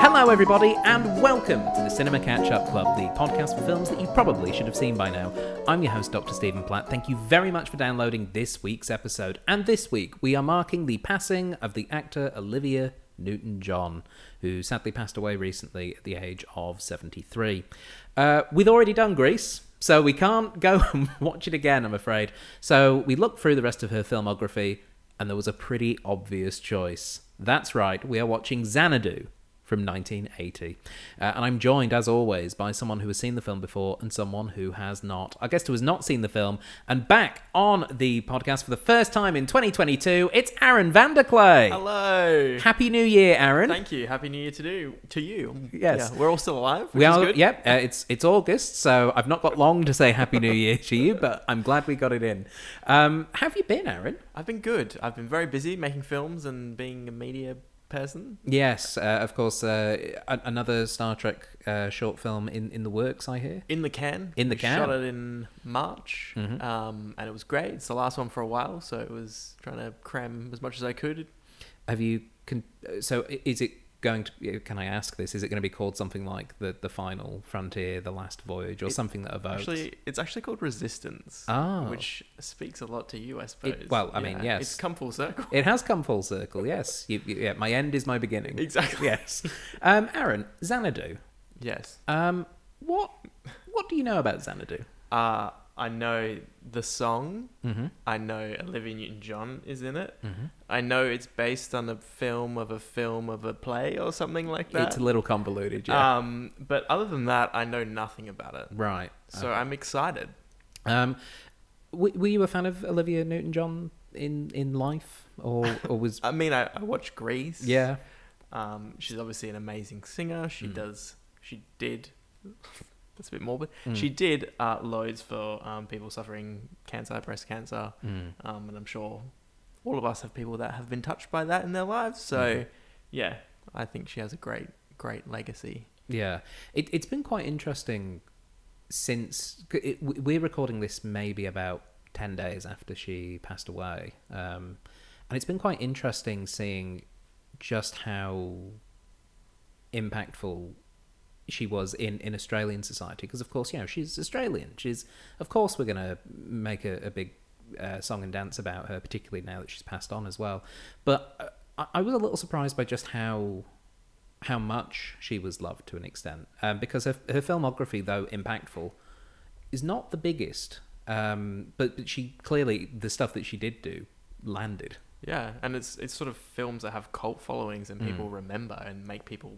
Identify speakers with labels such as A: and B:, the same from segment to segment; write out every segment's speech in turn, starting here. A: Hello, everybody, and welcome to the Cinema Catch Up Club, the podcast for films that you probably should have seen by now. I'm your host, Dr. Stephen Platt. Thank you very much for downloading this week's episode. And this week, we are marking the passing of the actor Olivia Newton John, who sadly passed away recently at the age of 73. Uh, we've already done Grease. So we can't go and watch it again, I'm afraid. So we looked through the rest of her filmography, and there was a pretty obvious choice. That's right, we are watching Xanadu from 1980. Uh, and I'm joined, as always, by someone who has seen the film before and someone who has not. Our guest who has not seen the film and back on the podcast for the first time in 2022, it's Aaron Vanderclay.
B: Hello.
A: Happy New Year, Aaron.
B: Thank you. Happy New Year to do to you.
A: Yes.
B: Yeah, we're all still alive. Which
A: we
B: is
A: are,
B: good.
A: yep. Uh, it's it's August, so I've not got long to say Happy New Year to you, but I'm glad we got it in. Um, how have you been, Aaron?
B: I've been good. I've been very busy making films and being a media person.
A: Yes, uh, of course. Uh, a- another Star Trek uh, short film in, in the works, I hear.
B: In the can.
A: In the
B: We
A: Can.
B: Shot it in March,
A: Mhm.
B: um, and it was great. It's the last one for a while, so it was trying to cram as much as I could.
A: Have you? Con- uh, so i- is it going to? Can I ask this? Is it going to be called something like the the final frontier, the last voyage, or
B: It-
A: something that evokes?
B: Actually, it's actually called Resistance,
A: Ah.
B: which speaks a lot to you, I suppose.
A: well, I mean, yes.
B: it's come full circle.
A: it has come full circle. Yes. You, you- yeah. My end is my beginning.
B: Exactly.
A: Yes. Um, Aaron Xanadu.
B: Yes.
A: Um, what what do you know about Xanadu?
B: Uh, I know the song.
A: Mm-hmm.
B: I know Olivia Newton John is in it.
A: Mhm.
B: I know it's based on a film of a film of a play or something like that.
A: It's a little convoluted, yeah.
B: Um, but other than that, I know nothing about it.
A: right.
B: So I'm excited.
A: Um, w- were you a fan of Olivia Newton-John in in life, or or was
B: I mean, I, I watch Grease.
A: yeah?
B: Um, she's obviously an amazing singer. She
A: Mm.
B: does. She did. that's a bit morbid.
A: Mm.
B: She did uh, loads for um, people suffering cancer, breast cancer,
A: Mm.
B: um, and I'm sure all of us have people that have been touched by that in their lives. So,
A: Mhm.
B: yeah, I think she has a great, great legacy.
A: Yeah, it, it's been quite interesting since c- it, w- we're recording this maybe about 10 days after she passed away. Um, and it's been quite interesting seeing just how impactful she was in, in Australian society. Because, of course, you know, she's Australian. She's, of course, we're going to make a, a big uh, song and dance about her, particularly now that she's passed on as well. But uh, I, I was a little surprised by just how how much she was loved to an extent, um, because her, her filmography, though impactful, is not the biggest. Um, but, but she clearly the stuff that she did do landed.
B: Yeah, and it's it's sort of films that have cult followings and
A: Mm.
B: people remember and make people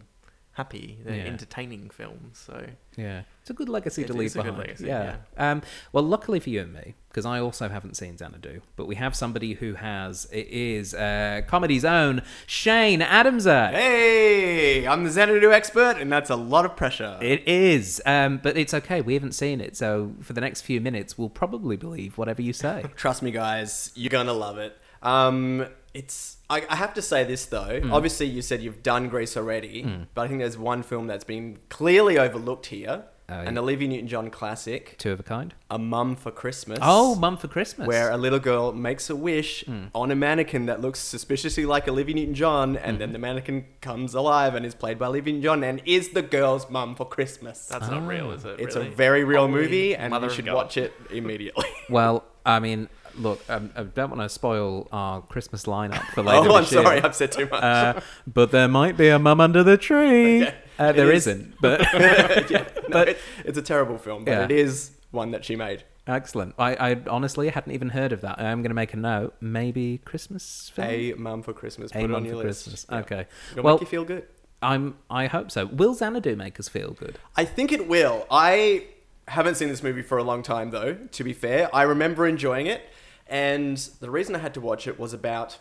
B: happy. They're
A: Yeah.
B: entertaining films, so
A: Yeah, it's a good legacy
B: It
A: to
B: is
A: leave
B: a good
A: behind.
B: legacy,
A: yeah. Um, well, luckily for you and me, because I also haven't seen Xanadu, but we have somebody who has. It is uh, comedy's own Shane Adamser.
C: Hey, I'm the Xanadu expert, and that's a lot of pressure.
A: It is, um, but it's okay. We haven't seen it, so for the next few minutes, we'll probably believe whatever you say.
C: Trust me, guys, you're gonna love it. Um, it's. I, I have to say this though.
A: Hmm.
C: Obviously, you said you've done Grease already, but I think there's one film that's been clearly overlooked here,
A: Oh,
C: an
A: yeah.
C: Olivia Newton-John classic,
A: Two of a kind.
C: A Mum for Christmas.
A: Oh, Hmm. Mum for Christmas.
C: Where a little girl makes a wish on a mannequin that looks suspiciously like Olivia Newton-John, and
A: Hmm.
C: then the mannequin comes alive and is played by Olivia Newton-John and is the girl's mum for Christmas.
B: that's not real, is it?
C: It's
B: really?
C: a very real
B: Holy
C: movie, and
B: mother
C: you
B: of
C: should
B: God.
C: watch it immediately.
A: Well, I mean, look, um, I don't want to spoil our Christmas lineup for later.
C: oh, I'm
A: this year.
C: sorry, I've said too much.
A: Uh, but there might be a mum under the tree.
C: Okay.
A: Uh, there
C: It is.
A: isn't, but
C: Yeah, no,
A: but-
C: it- it's a terrible film, but
A: Yeah.
C: it is one that she made.
A: excellent. I, I honestly hadn't even heard of that. I'm going to make a note. Maybe Christmas film.
C: A Mum for Christmas. Put it
A: Mum
C: on
A: for
C: your list.
A: Christmas.
C: Yeah.
A: Okay.
C: It'll
A: Well,
C: make you feel good.
A: I'm. I hope so. Will Xanadu make us feel good?
C: I think it will. I haven't seen this movie for a long time, though, to be fair. I remember enjoying it, and the reason I had to watch it was about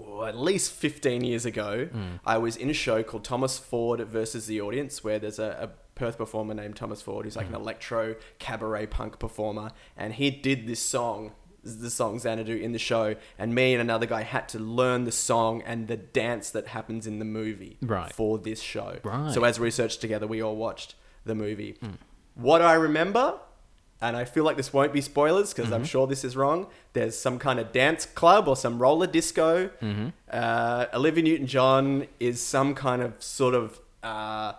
C: oh, at least 15 years ago. I was in a show called Thomas Ford versus the Audience, where there's a, a Perth performer named Thomas Ford who's like an electro cabaret punk performer, and he did this song. The song Xanadu in the show, and me and another guy had to learn the song and the dance that happens in the movie
A: Right.
C: for this show.
A: Right. Hmm.
C: So as research together, we all watched the movie. What I remember, and I feel like this won't be spoilers because
A: Mm-hmm.
C: I'm sure this is wrong. There's some kind of dance club or some
A: Mm-hmm.
C: roller disco. Uh, Olivia Newton-John is some kind of sort of uh,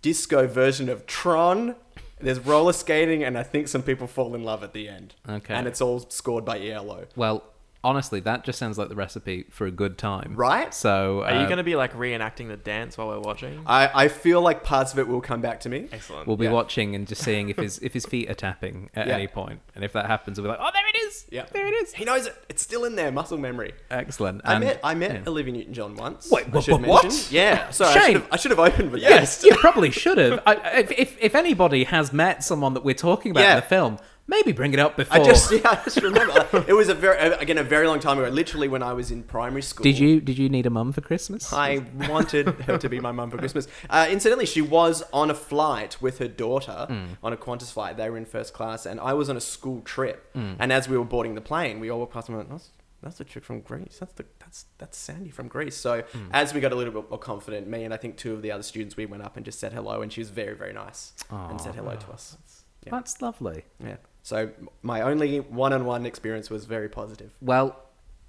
C: disco version of Tron. There's roller skating, and I think some people fall in love at the end.
A: Okay.
C: And it's all scored by ELO.
A: Well, honestly, that just sounds like the recipe for a good time.
C: Right?
A: So,
B: Are you
A: uh,
B: going to be like reenacting the dance while we're watching?
C: I, I feel like parts of it will come back to me.
B: Excellent.
A: We'll be
C: Yeah.
A: watching and just seeing if his if his feet are tapping at
C: Yeah.
A: any point, and if that happens, we'll be like, "Oh, there it is!
C: Yeah.
A: there it is!
C: He knows it. It's still in there, muscle memory.
A: Excellent!"
C: I
A: And-
C: met I met
A: Um, yeah.
C: Olivia Newton John once.
A: Wait,
C: I
A: wha-
C: should
A: wha- what?
C: mention. Yeah, so I
A: Shame.
C: should have I should have opened with
A: Yes,
C: that.
A: you probably should have. I, if, if if anybody has met someone that we're talking about in
C: Yeah.
A: the film, maybe bring it up before.
C: I just yeah, I just remember it was a very again a very long time ago. Literally when I was in primary school.
A: Did you did you need a mum for Christmas?
C: I wanted her to be my mum for Christmas. Uh, incidentally, she was on a flight with her daughter on a Qantas flight. They were in first class, and I was on a school trip. And as we were boarding the plane, we all walked past and went, "That's that's the chick from Greece. That's the that's that's Sandy from Greece." So as we got a little bit more confident, me and I think two of the other students, we went up and just said hello, and she was very very nice and said hello to us. Yeah.
A: That's lovely.
C: yeah. So my only one-on-one experience was very positive.
A: Well,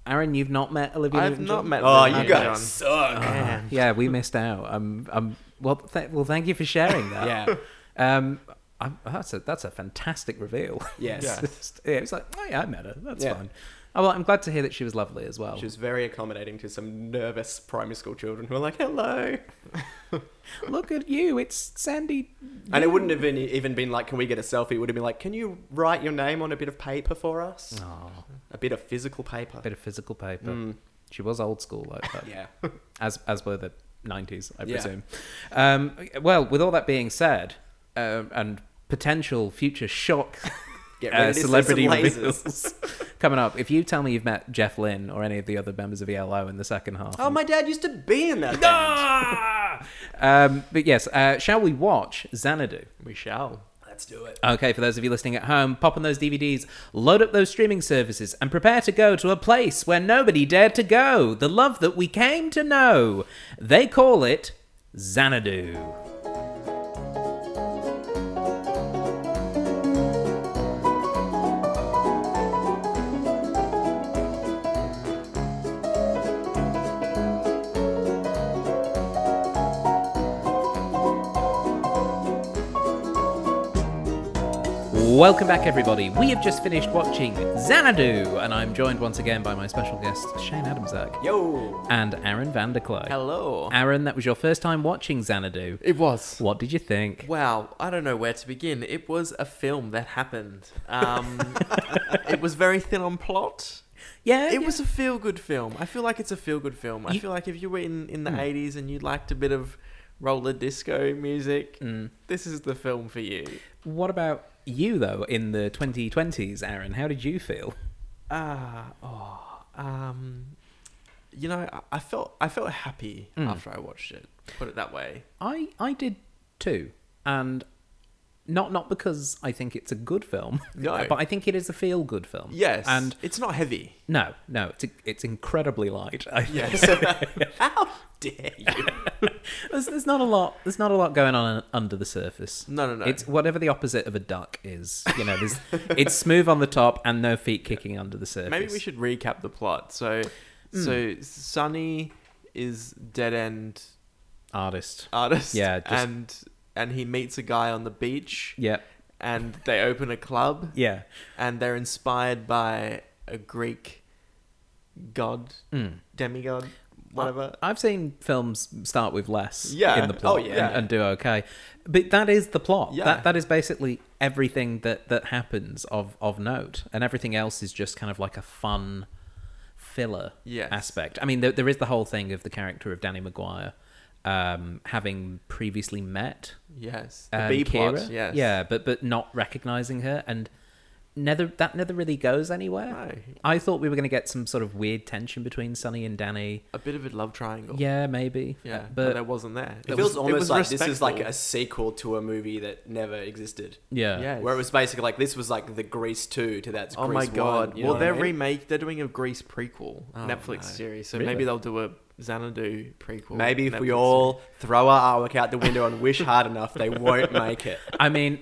A: Aaron, you've not met Olivia.
B: I've
A: Newton-John? Ah,
B: not met.
C: Oh,
B: Olivia
C: you guys
B: Newton-John.
C: suck.
B: Man.
A: Yeah, we missed out. Um, um, well, th- well, thank you for sharing that.
C: Yeah.
A: Um, I'm, that's a that's a fantastic reveal.
C: Yes.
A: It's just- yeah, it was like, oh yeah, I met her. That's
C: Yeah.
A: fine. Oh, well, I'm glad to hear that she was lovely as
B: Oh.
A: well.
C: She was very accommodating to some nervous primary school children who were like, hello.
A: Look at you, it's Sandy.
C: And it wouldn't have been, e, even been like, can we get a selfie? It would have been like, can you write your name on a bit of paper for us?
A: Oh,
C: A bit of physical paper.
A: bit of physical paper. She was old school like that.
C: Mm. yeah.
A: as as were the 90s, I
C: Yeah.
A: presume. Um, well, with all that being said, um, and potential future shock
C: Get
A: uh,
C: ready to see
A: celebrity
C: some lasers.
A: reveals coming up, if you tell me you've met Jeff Lynne or any of the other members of ELO in the second half,
C: Oh, my dad used to be in that. band.
A: Ah! um, but yes, uh, shall we watch Xanadu?
B: We shall.
C: Let's do it.
A: Okay, for those of you listening at home, pop on those DVDs, load up those streaming services, and prepare to go to a place where nobody dared to go. The love that we came to know. They call it Xanadu. Welcome back, everybody. We have just finished watching Xanadu, and I'm joined once again by my special guest, Shane Adamsack,
C: Yo.
A: and Aaron Vanderclough.
B: Hello.
A: Aaron, that was your first time watching Xanadu.
B: It was.
A: What did you think?
B: Wow, I don't know where to begin. It was a film that happened. Um, it was very thin on plot.
A: Yeah,
B: It
A: yeah.
B: was a feel good film. I feel like it's a feel good film. I
A: You- Hmm.
B: feel like if you were in, in the 80s and you liked a bit of roller disco music,
A: Hmm.
B: this is the film for you.
A: What about you though? In the 2020s, Aaron, how did you feel?
B: Ah, oh, um, you know, I, I felt I felt happy
A: Hmm.
B: after I watched it. Put it that way.
A: I I did too, and not not because I think it's a good film.
B: No.
A: but I think it is a feel good film.
B: Yes,
A: and
B: and it's not heavy.
A: no, no, it's it's incredibly light. I think.
C: How dare you?
A: there's, there's not a lot. There's not a lot going on under the surface.
B: No, no, no.
A: It's whatever the opposite of a duck is. You know, there's it's smooth on the top and no feet kicking under the surface. Hmm.
B: Maybe we should recap the plot. So, so Sonny is dead end
A: artist.
B: artist.
A: Yeah, just-
B: and and he meets a guy on the beach.
A: Yeah,
B: and they open a club.
A: yeah.
B: and they're inspired by a Greek god,
A: Mm.
B: demigod, whatever.
A: I've seen films start with less
B: Yeah.
A: in the plot
B: Oh, yeah.
A: and, and do okay. But that is the plot.
B: Yeah.
A: That that is basically everything that, that happens of, of note. And everything else is just kind of like a fun filler
B: Yes.
A: aspect. I mean there, there is the whole thing of the character of Danny Maguire um, having previously met
B: yes,
A: um,
B: B plot.
A: Kira.
B: Yes.
A: Yeah, but but not recognizing her and neither that never really goes anywhere.
B: No.
A: I thought we were going to get some sort of weird tension between Sonny and Danny.
B: A bit of a love triangle.
A: Yeah, maybe.
B: Yeah,
A: Uh,
B: but,
A: but,
B: that wasn't there.
C: It
B: was-
C: feels almost
B: was
C: like this is like a
B: respectful.
C: sequel to a movie that never existed.
A: yeah,
B: Yeah.
C: Where it was basically like this was like the Grease two to that's
B: Oh
C: Grease
B: my god!
C: One, you know
B: well,
C: what I
B: they're
C: mean? Oh,
B: remake. They're doing a Grease prequel Oh, Netflix
C: no.
B: series, so
A: Really?
B: maybe they'll do a Xanadu prequel.
C: Maybe if we
B: Netflix
C: all throw our artwork out the window and wish hard enough, they won't make it.
A: I mean,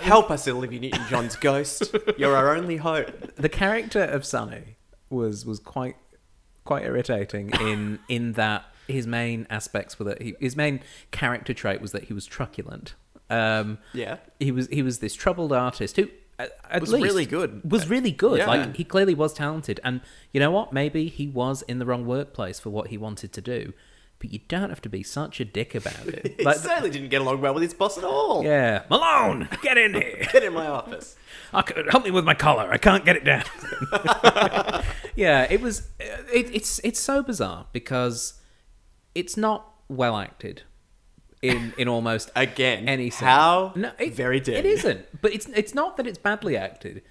C: Help us, Olivia Newton-John's ghost. You're our only hope.
A: the character of Sunny was was quite quite irritating in in that his main aspects were that he, his main character trait was that he was truculent. Um,
C: Yeah.
A: he was he was this troubled artist who a- at
B: Was
A: least
B: really good.
A: was really good
B: Yeah.
A: like he clearly was talented and you know what maybe he was in the wrong workplace for what he wanted to do but you don't have to be such a dick about it
C: He
A: like
C: certainly didn't get along well with his boss at all.
A: yeah malone get in here
C: Get in my office.
A: I c help me with my collar i can't get it down yeah it was uh, it, it's it's so bizarre because it's not well acted in in almost
C: Again.
A: any sense.
C: How?
A: No, it,
C: very dare
A: It
C: you.
A: isn't. But it's it's not that it's badly acted,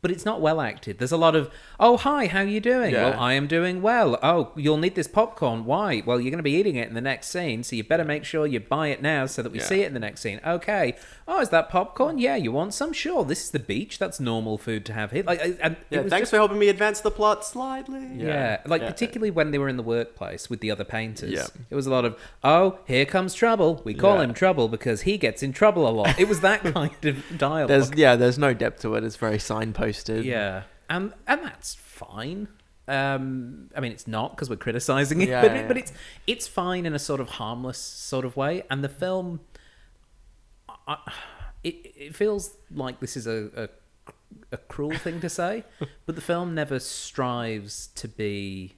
A: but it's not well acted. There's a lot of oh hi, how you doing?
B: Yeah.
A: Well, I am doing well. Oh, you'll need this popcorn. Why? Well, you're going to be eating it in the next scene, so you better make sure you buy it now so that we
B: Yeah.
A: see it in the next scene. Okay. Oh, is that popcorn? Yeah, you want some? Sure. This is the beach. That's normal food to have here. Like, I- and it
C: Yeah,
A: was
C: thanks
A: just-
C: for helping me advance the plot slightly.
A: yeah. like particularly when they were in the workplace with the other painters.
B: Yeah.
A: It was a lot of, oh, here comes trouble. We call
B: Yeah.
A: him trouble because he gets in trouble a lot. It was that kind of dialogue.
B: There's yeah, there's no depth to it. It's very signposted.
A: yeah, and and that's fine. Um, I mean, it's not because we're criticizing it,
B: Yeah,
A: but
B: yeah,
A: It, but
B: yeah.
A: it's it's fine in a sort of harmless sort of way. And the film, I, it it feels like this is a, a a cruel thing to say, but the film never strives to be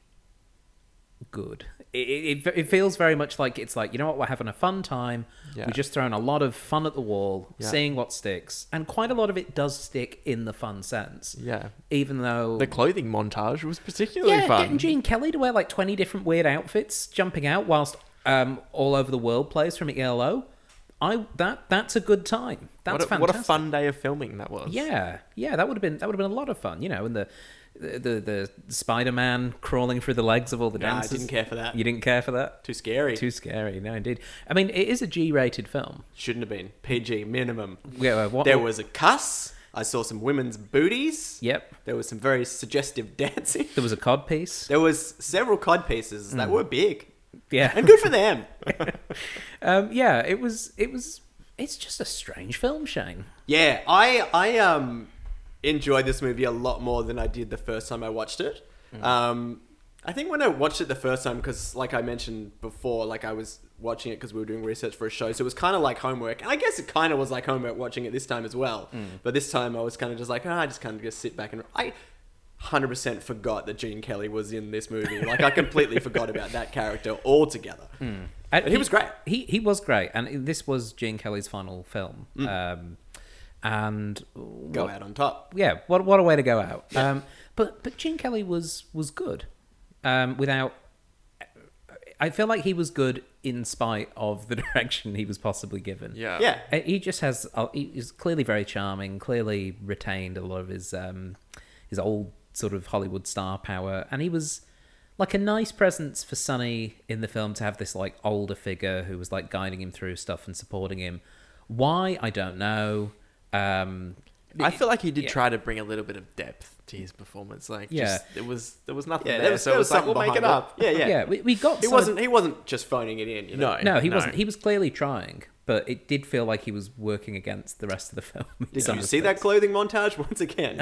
A: good. It, it, it- it feels very much like it's like, you know what, we're having a fun time.
B: Yeah.
A: We're just throwing a lot of fun at the wall,
B: Yeah.
A: seeing what sticks. And quite a lot of it does stick in the fun sense.
B: Yeah.
A: Even though.
B: The clothing montage was particularly
A: yeah,
B: fun.
A: getting Gene Kelly to wear like 20 different weird outfits, jumping out whilst um, all over the world plays from ELO. I that that's a good time. That's
B: what, a,
A: fantastic.
B: what a fun day of filming that was.
A: Yeah, yeah, that would have been that would have been a lot of fun, you know. And the the the, the Spider Man crawling through the legs of all the
C: Nah, I
A: dancers.
C: didn't care for that.
A: You didn't care for that.
C: Too scary.
A: Too scary. No, indeed. I mean, it is a G rated film.
C: Shouldn't have been. PG minimum.
A: Yeah. uh, What,
C: There was a cuss. I saw some women's booties.
A: Yep.
C: There was some very suggestive dancing.
A: There was a cod piece.
C: There was several cod pieces that were big.
A: Mm. Yeah.
C: And good for them.
A: Um, yeah. It was. It was. It's just a strange film, Shane.
C: yeah, I I um enjoyed this movie a lot more than I did the first time I watched it. Um I think when I watched it the first time cuz like I mentioned before like I was watching it cuz we were doing research for a show so it was kind of like homework. And I guess it kind of was like homework watching it this time as well. But this time I was kind of just like, "Ah, I just kind of just sit back and I 100% forgot that Gene Kelly was in this movie. Like I completely forgot about that character altogether.
A: And
C: But he was great.
A: He he was great, and this was Gene Kelly's final film. Um, and
C: Mm. Go out on top.
A: yeah, what what a way to go out. Um, but but Gene Kelly was was good. Um, without, I feel like he was good in spite of the direction he was possibly given.
B: Yeah.
C: Yeah.
A: Uh, he just has uh, he is clearly very charming. Clearly retained a lot of his um, his old sort of Hollywood star power, and he was like a nice presence for Sonny in the film to have this like older figure who was like guiding him through stuff and supporting him. Why I don't know. Um,
B: I feel like he did
A: Yeah.
B: try to bring a little bit of depth to his performance. Like,
A: Yeah.
B: just, it was there was nothing
C: Yeah,
B: there,
C: there was,
B: so
C: there
B: it
C: was
B: was like
C: something we'll make it up. Yeah, yeah.
A: yeah, we, we got.
C: He
A: some of-
C: wasn't. He wasn't just phoning it in. You know?
B: No,
A: No, he wasn't. He was clearly trying, but it did feel like he was working against the rest of the film. in
C: Did
A: some
C: you see that
A: respects.
C: clothing montage once again?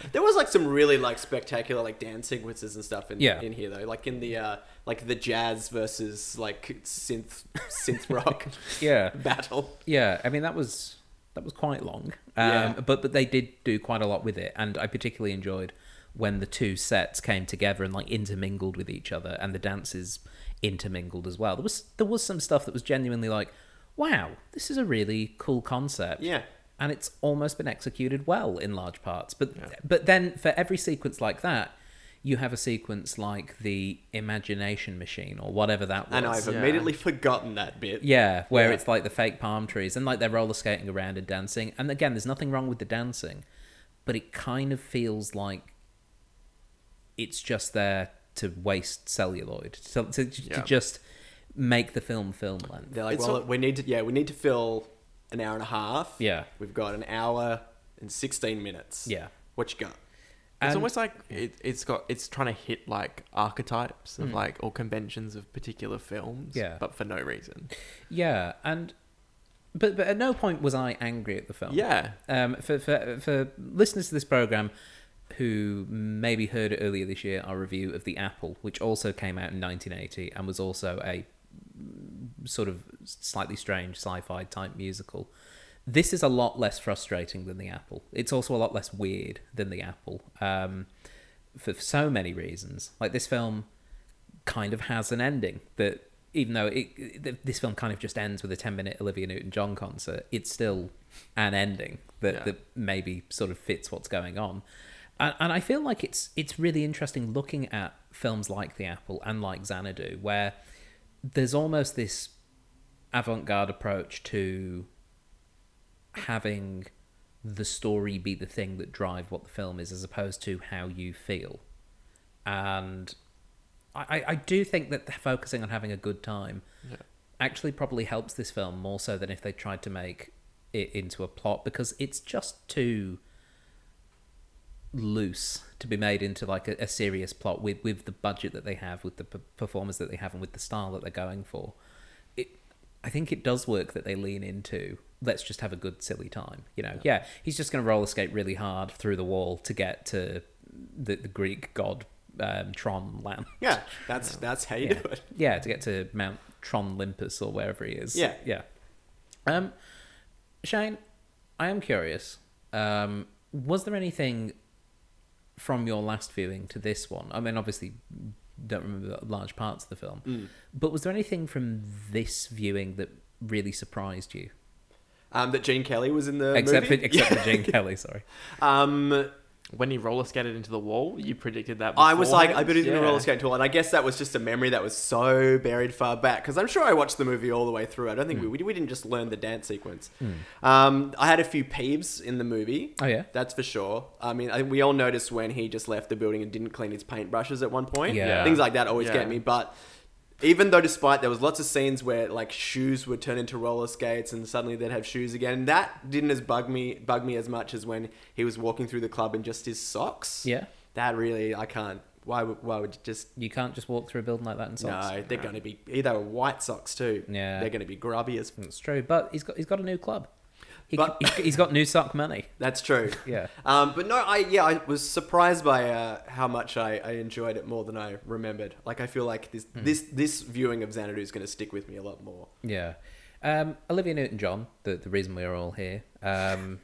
C: there was like some really like spectacular like dance sequences and stuff in,
A: Yeah.
C: in here though. Like in the uh like the jazz versus like synth synth rock
A: Yeah,
C: battle.
A: yeah. I mean, that was that was quite long. Um,
C: Yeah.
A: But but they did do quite a lot with it, and I particularly enjoyed when the two sets came together and like intermingled with each other, and the dances intermingled as well. There was there was some stuff that was genuinely like, wow, this is a really cool concept.
C: Yeah.
A: and it's almost been executed well in large parts. But but then for every sequence like that, you have a sequence like the imagination machine or whatever that was.
C: And I've
B: Yeah.
C: immediately forgotten that bit.
A: yeah, where
C: Yeah.
A: it's like the fake palm trees and like they're roller skating around and dancing. And again, there's nothing wrong with the dancing, but it kind of feels like it's just there to waste celluloid, to, to, to
B: Yeah.
A: just make the film film length.
C: They're like,
B: It's
C: well,
B: not-
C: we need to. Yeah, we need to fill an hour and a half.
A: Yeah.
C: We've got an hour and sixteen minutes.
A: Yeah.
C: What you got?
B: It's
A: And-
B: almost like it, it's got it's trying to hit like archetypes of like or conventions of particular films,
A: Hmm. Yeah.
B: but for no reason.
A: Yeah, and but Oh. but at no point was I angry at the film.
B: Yeah,
A: Um, for, for for listeners to this program, who maybe heard earlier this year our review of The Apple, which also came out in 1980 and was also a sort of slightly strange sci fi type musical. This is a lot less frustrating than The Apple. It's also a lot less weird than The Apple um, for, for so many reasons. Like, this film kind of has an ending that. Even though it, th- this film kind of just ends with a ten-minute Olivia Newton-John concert, it's still an ending that,
B: Yeah.
A: that maybe sort of fits what's going on. And, and I feel like it's it's really interesting looking at films like The Apple and like Xanadu, where there's almost this avant-garde approach to having the story be the thing that drive what the film is, as opposed to how you feel. And I, I- I do think that focusing on having a good time
B: Yeah.
A: actually probably helps this film more so than if they tried to make it into a plot because it's just too loose to be made into like a, a serious plot with with the budget that they have with the p- performers that they have and with the style that they're going for it i think it does work that they lean into let's just have a good silly time you know yeah, he's just going to roller skate really hard through the wall to get to the, the greek god um, tron land
C: Yeah, that's that's how you
A: yeah.
C: do it.
A: Yeah, to get to Mount Tron Limpus or wherever he is.
C: Yeah.
A: Yeah. Um, Shane, I am curious. Um, was there anything from your last viewing to this one? I mean, obviously, don't remember large parts of the film,
C: Mm.
A: but was there anything from this viewing that really surprised you?
C: Um, that Gene Kelly was in the
A: except for,
C: movie.
A: except for Jane Kelly, sorry.
C: Um,
B: When he roller skated into the wall, you predicted that.
C: I was like, I
B: beforehand?
C: bet he didn't
B: Yeah.
C: roller skate at all, and I guess that was just a memory that was so buried far back because I'm sure I watched the movie all the way through. I don't
B: Hmm.
C: think we, we didn't just learn the dance sequence. Um, I had a few peeves in the movie.
A: Oh, yeah?
C: that's for sure. I mean, I think we all noticed when he just left the building and didn't clean his paintbrushes at one point.
A: Yeah.
C: things like that always
B: Yeah.
C: get me, but. Even though, despite there was lots of scenes where like shoes would turn into roller skates and suddenly they'd have shoes again, that didn't as bug me bug me as much as when he was walking through the club in just his socks.
A: Yeah.
C: That really, I can't. Why would, why would you just.
A: You can't just walk through a building like that in socks.
C: No, they're going to be. Either white socks, too.
A: Yeah. Mm.
C: They're going to be grubby as.
A: It's true, but he's got he's got a new club. He,
C: But-
A: he, he's got new sock money.
C: That's true.
A: Yeah.
C: Um, but no, I yeah, I was surprised by uh, how much I, I enjoyed it more than I remembered. Like I feel like this
A: Hmm.
C: this this viewing of Xanadu is going to stick with me a lot more.
A: Yeah. Um, Olivia Newton John, the, the reason we are all here. Um,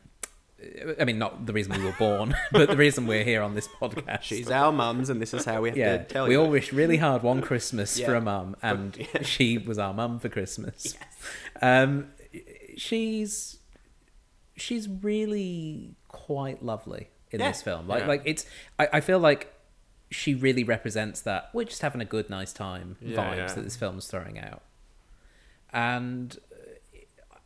A: I mean, not the reason we were born, but the reason we're here on this podcast.
C: She's our mums, and this is how we have
A: yeah,
C: to tell
A: we
C: you.
A: all wished really hard one Christmas for
C: Yeah.
A: a mum, and she was our mum for Christmas. Um, she's she's really quite lovely in
C: Yeah.
A: this film. Like,
B: Yeah.
A: like it's I, I feel like she really represents that we're just having a good, nice time
B: Yeah,
A: vibes
B: yeah.
A: that this film's throwing out, and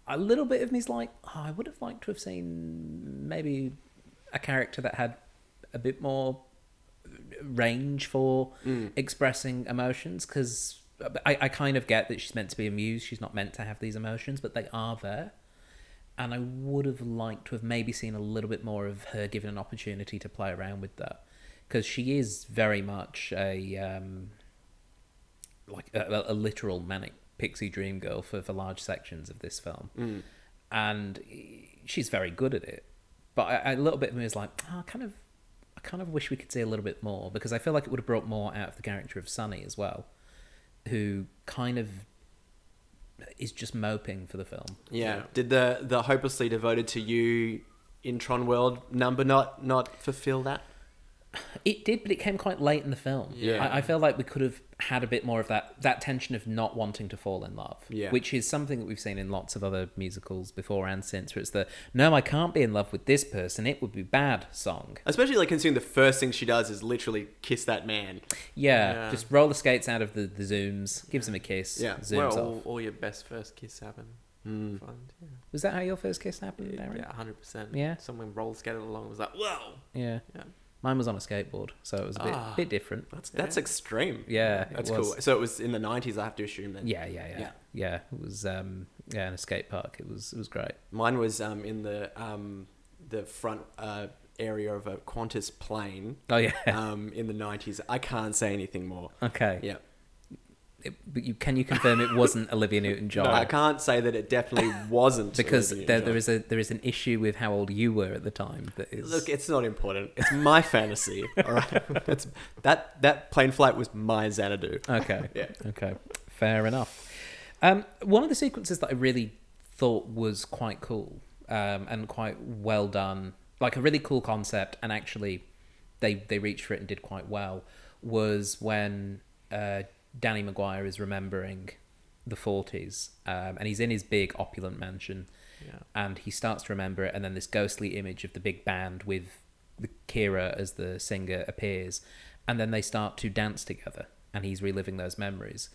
A: a little bit of me's like, oh, I would have liked to have seen maybe a character that had a bit more range for
B: Mm.
A: expressing emotions because I, I kind of get that she's meant to be amused, she's not meant to have these emotions, but they are there. And I would have liked to have maybe seen a little bit more of her given an opportunity to play around with that because she is very much a um, like a, a- a literal manic pixie dream girl for, for large sections of this film, and she's very good at it. But I- I- a little bit of me is like, "Ah, I kind of, I kind of wish we could see a little bit more because I feel like it would have brought more out of the character of Sunny as well, who kind of is just moping for the film.
C: yeah.
B: Yeah.
C: Did the the hopelessly devoted to you in Tron World number not not fulfill that?
A: It did, but it came quite late in the film.
B: Yeah.
A: I, I feel like we could have had a bit more of that that tension of not wanting to fall in love.
C: Yeah.
A: Which is something that we've seen in lots of other musicals before and since, where it's the no, I can't be in love with this person, it would be bad song.
C: Especially like considering the first thing she does is literally kiss that man.
A: Yeah.
B: Yeah.
A: Just roller skates out of the, the zooms, gives him a kiss,
C: Yeah.
A: zooms
B: Where
A: off.
B: all, all your best first kiss happen. Fun, yeah.
A: Was that how your first kiss happened, Darren?
B: Yeah, hundred percent.
A: Yeah.
B: Someone roller skated along and was like, "Whoa!"
A: Yeah.
B: Yeah.
A: Mine was on a skateboard, so it was a bit,
B: Ah.
A: bit different.
C: That's that's
B: Yeah.
C: extreme.
A: Yeah. it
C: That's
A: was.
C: cool. So it was in the nineties. I have to assume then.
A: Yeah, yeah, yeah, yeah.
C: Yeah.
A: It was um yeah, in a skate park. It was it was great.
C: Mine was um, in the um, the front uh, area of a Qantas plane
A: Oh yeah.
C: um, in the nineties. I can't say anything more.
A: okay.
C: Yeah.
A: It, but you can you confirm it wasn't Olivia Newton-John?
C: I can't say that it definitely wasn't
A: because
C: Olivia
A: there,
C: Newton-John.
A: there is a there is an issue with how old you were at the time that is
C: Look, it's not important. It's my fantasy. All right, that's that. That plane flight was my Xanadu.
A: okay
C: Yeah.
A: okay fair enough um, one of the sequences that i really thought was quite cool um, and quite well done like a really cool concept and actually they they reached for it and did quite well was when uh, danny maguire is remembering the 40s um, and he's in his big opulent mansion
B: Yeah.
A: and he starts to remember it and then this ghostly image of the big band with the kira as the singer appears and then they start to dance together and he's reliving those memories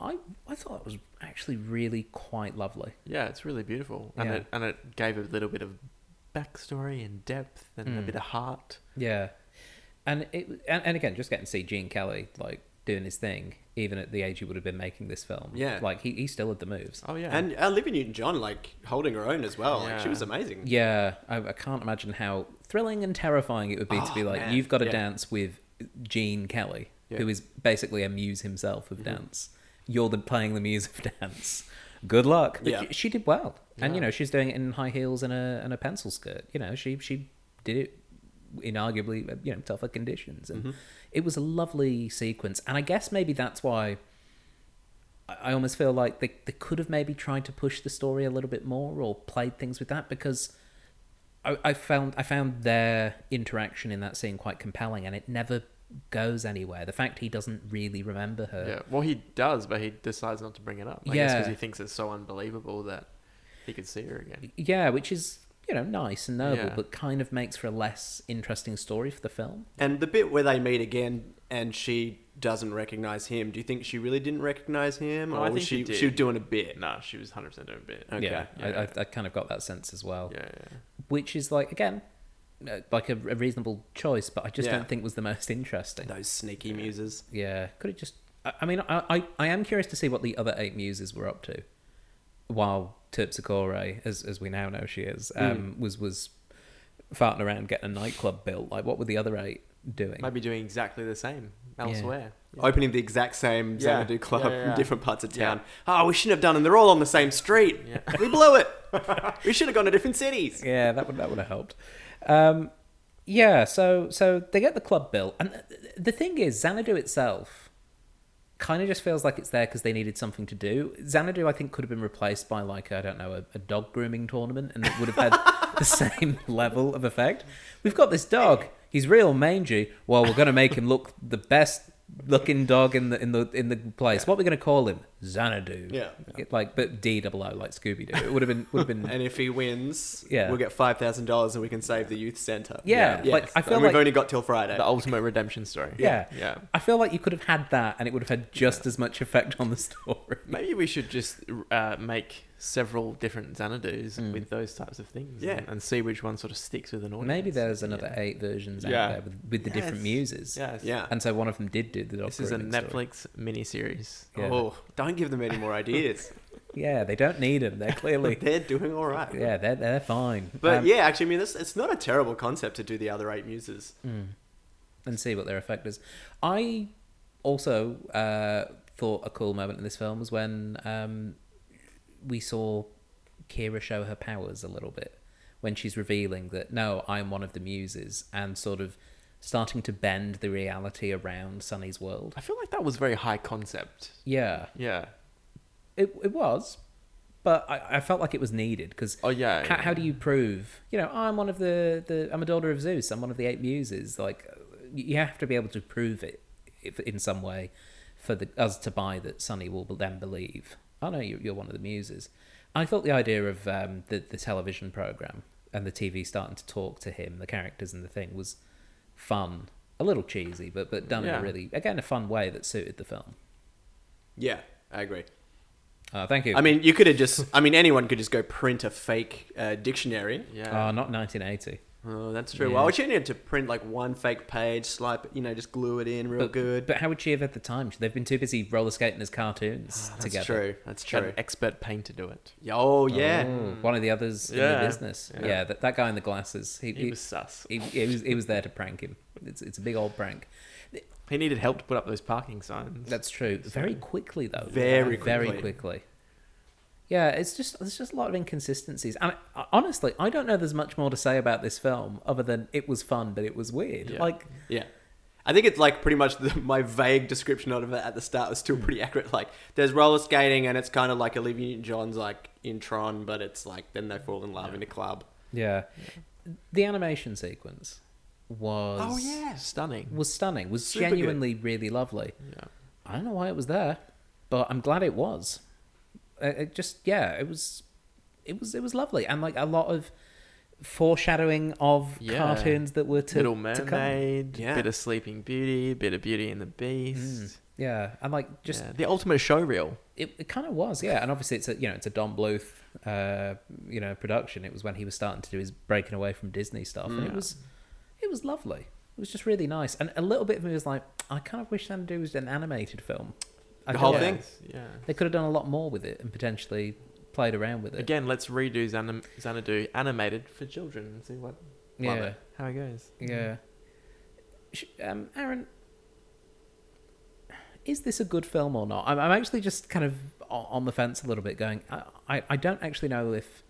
A: i i thought it was actually really quite lovely
B: Yeah, it's really beautiful, and
A: Yeah.
B: it and it gave a little bit of backstory and depth and a
A: Mm.
B: bit of heart.
A: yeah and it and, and again just getting to see gene kelly like doing his thing even at the age he would have been making this film
C: Yeah.
A: like he, he still had the moves
B: Oh yeah,
C: And Olivia Newton-John, like holding her own as well. Like she
B: Yeah.
C: was amazing.
A: yeah I, I can't imagine how thrilling and terrifying it would be to
C: Oh,
A: be like
C: man.
A: you've got to
C: Yeah.
A: dance with gene kelly
C: Yeah. Mm-hmm.
A: who is basically a muse himself of dance you're the playing the muse of dance good luck But
C: Yeah.
A: she, she did well and you
B: Yeah.
A: know she's doing it in high heels and a, and a pencil skirt you know she she did it in arguably you know tougher conditions
C: Mm-hmm.
A: and it was a lovely sequence and i guess maybe that's why I I almost feel like they, they could have maybe tried to push the story a little bit more or played things with that because I, I found I found their interaction in that scene quite compelling and it never goes anywhere. The fact he doesn't really remember her.
B: yeah. Well, he does, but he decides not to bring it up. I
A: Yeah.
B: because he thinks it's so unbelievable that he could see her again.
A: Yeah, which is, you know, nice and noble,
B: Yeah.
A: but kind of makes for a less interesting story for the film.
C: And the bit where they meet again and she doesn't recognize him. Do you think she really didn't recognize him,
B: Oh,
C: or
B: I
C: was
B: think she
C: she
B: did.
C: was doing a bit?
B: Nah, she was hundred percent doing a bit.
C: Okay.
A: yeah, I,
B: yeah.
A: I, I kind of got that sense as well.
B: Oh, Yeah,
A: Which is like, again, uh, like a, a reasonable choice, but I just
C: Yeah.
A: don't think was the most interesting.
C: Those sneaky muses.
A: Yeah, could it just? I, I mean, I, I I am curious to see what the other eight muses were up to, while Terpsichore, as as we now know she is, um, was was farting around getting a nightclub built. Like, what were the other eight doing?
B: Might be doing exactly the same elsewhere.
C: Opening the exact same
B: Yeah.
C: Xanadu club
B: Yeah, yeah, yeah.
C: in different parts of
B: Yeah.
C: town. Oh, we shouldn't have done, and they're all on the same street.
B: Yeah.
C: We blew it. we should have gone to different cities.
A: Yeah, that would that would have helped. Um, yeah, so so they get the club built, and th- the thing is, Xanadu itself kind of just feels like it's there because they needed something to do. Xanadu, I think, could have been replaced by like I don't know a, a dog grooming tournament, and it would have had the same level of effect. We've got this dog; he's real mangy. Well, we're going to make him look the best looking dog in the in the in the place. What we're going to call him? Xanadu.
C: Yeah.
A: like but D double O, like Scooby Doo. It would have been would have been
C: And if he wins,
A: Yeah.
C: we'll get five thousand dollars, and we can save the youth center.
A: Yeah, like, I feel
C: and we've
A: like-
C: only got till Friday.
B: The ultimate redemption story.
A: Yeah.
B: yeah.
A: I feel like you could have had that and it would have had just as much effect on the story.
B: Maybe we should just uh, make several different Xanadus
A: Mm.
B: with those types of things
C: Yeah.
B: and, and see which one sort of sticks with an audience.
A: Maybe there's another eight versions out
B: Yeah.
A: there with, with the different
C: Yes.
A: muses.
B: Yeah. Yes.
C: Yeah.
A: And so one of them did do the dog
B: This is a
A: grooming story.
B: Netflix miniseries.
A: Yeah.
C: Oh, don't give them any more ideas.
A: Yeah, they don't need them. They're clearly.
C: They're doing all right.
A: yeah, they're, they're fine.
C: But
A: Um,
C: yeah, actually, I mean, this, it's not a terrible concept to do the other eight muses.
A: and see what their effect is. I also uh, thought a cool moment in this film was when um, we saw Kira show her powers a little bit when she's revealing that no, I'm one of the muses, and sort of starting to bend the reality around Sunny's world.
B: I feel like that was very high concept.
A: Yeah,
B: Yeah.
A: it it was, but I, I felt like it was needed because
B: Oh yeah.
A: how, how do
C: Um,
A: you prove you know i'm one of the, the i'm a daughter of zeus i'm one of the eight muses like you you have to be able to prove it if, in some way for the, us to buy that sunny will then believe oh no you, you're one of the muses i thought the idea of um, the, the television program and the tv starting to talk to him the characters and the thing was fun a little cheesy but but done in
B: Yeah.
A: a really again a fun way that suited the film
C: Yeah, I agree.
A: uh, thank you
C: I mean, you could have just, I mean, anyone could just go print a fake uh, dictionary.
B: Yeah.
A: oh not 1980
C: Oh, that's true.
A: Yeah.
C: Well, you need to print like one fake page, slap, you know, just glue it in real
A: but,
C: good.
A: But how would she have had the time? They've been too busy roller skating as cartoons
C: Ah, that's
A: together.
C: true. That's
B: Got
C: true.
B: An expert painter do it.
C: Yeah, Oh, yeah.
A: Ooh, one of the others in
B: Yeah.
A: the business. Yeah,
B: Yeah.
A: that, that guy in the glasses. He,
B: He was sus.
A: he, he was he was there to prank him. It's it's a big old prank.
B: He needed help to put up those parking signs.
A: That's true. Very quickly though.
C: Very
A: Very
C: quickly.
A: quickly. Yeah, it's just there's just a lot of inconsistencies. And I- honestly, I don't know there's much more to say about this film other than it was fun, but it was weird.
B: Yeah.
A: Like
C: Yeah. I think it's like pretty much the, my vague description of it at the start was still pretty accurate. Like, there's roller skating, and it's kind of like Olivia Newton-John's like in Tron, but it's like then they fall in love in a club.
A: yeah. The animation sequence was
B: Oh, Stunning.
A: was stunning. Was
C: Oh, Super good.
A: genuinely really lovely.
B: Yeah.
A: I don't know why it was there, but I'm glad it was. Uh, It just yeah, it was, it was it was lovely, and like a lot of foreshadowing of
B: Yeah.
A: cartoons that were to
B: Little
A: to come.
B: Mermaid,
C: Yeah.
B: bit of Sleeping Beauty, bit of Beauty and the Beast.
A: Yeah, and like Mm. just
B: Yeah, the ultimate showreel.
A: it, it kind of was yeah, and obviously it's a you know it's a Don Bluth uh you know production. It was when he was starting to do his breaking away from Disney stuff, and it
B: Yeah.
A: was it was lovely. It was just really nice, and a little bit of me was like, I kind of wish Xanadu was an animated film. I
C: The
A: feel
C: whole
A: like
C: thing?
B: Yeah.
A: They could have done a lot more with it and potentially played around with it.
B: Again, let's redo Xanim- Xanadu animated for children and see what
A: yeah,
C: it.
B: how it goes.
A: yeah. Sh- Um, Aaron, is this a good film or not? I'm, I'm actually just kind of o- on the fence a little bit. Going, I, I, I don't actually know if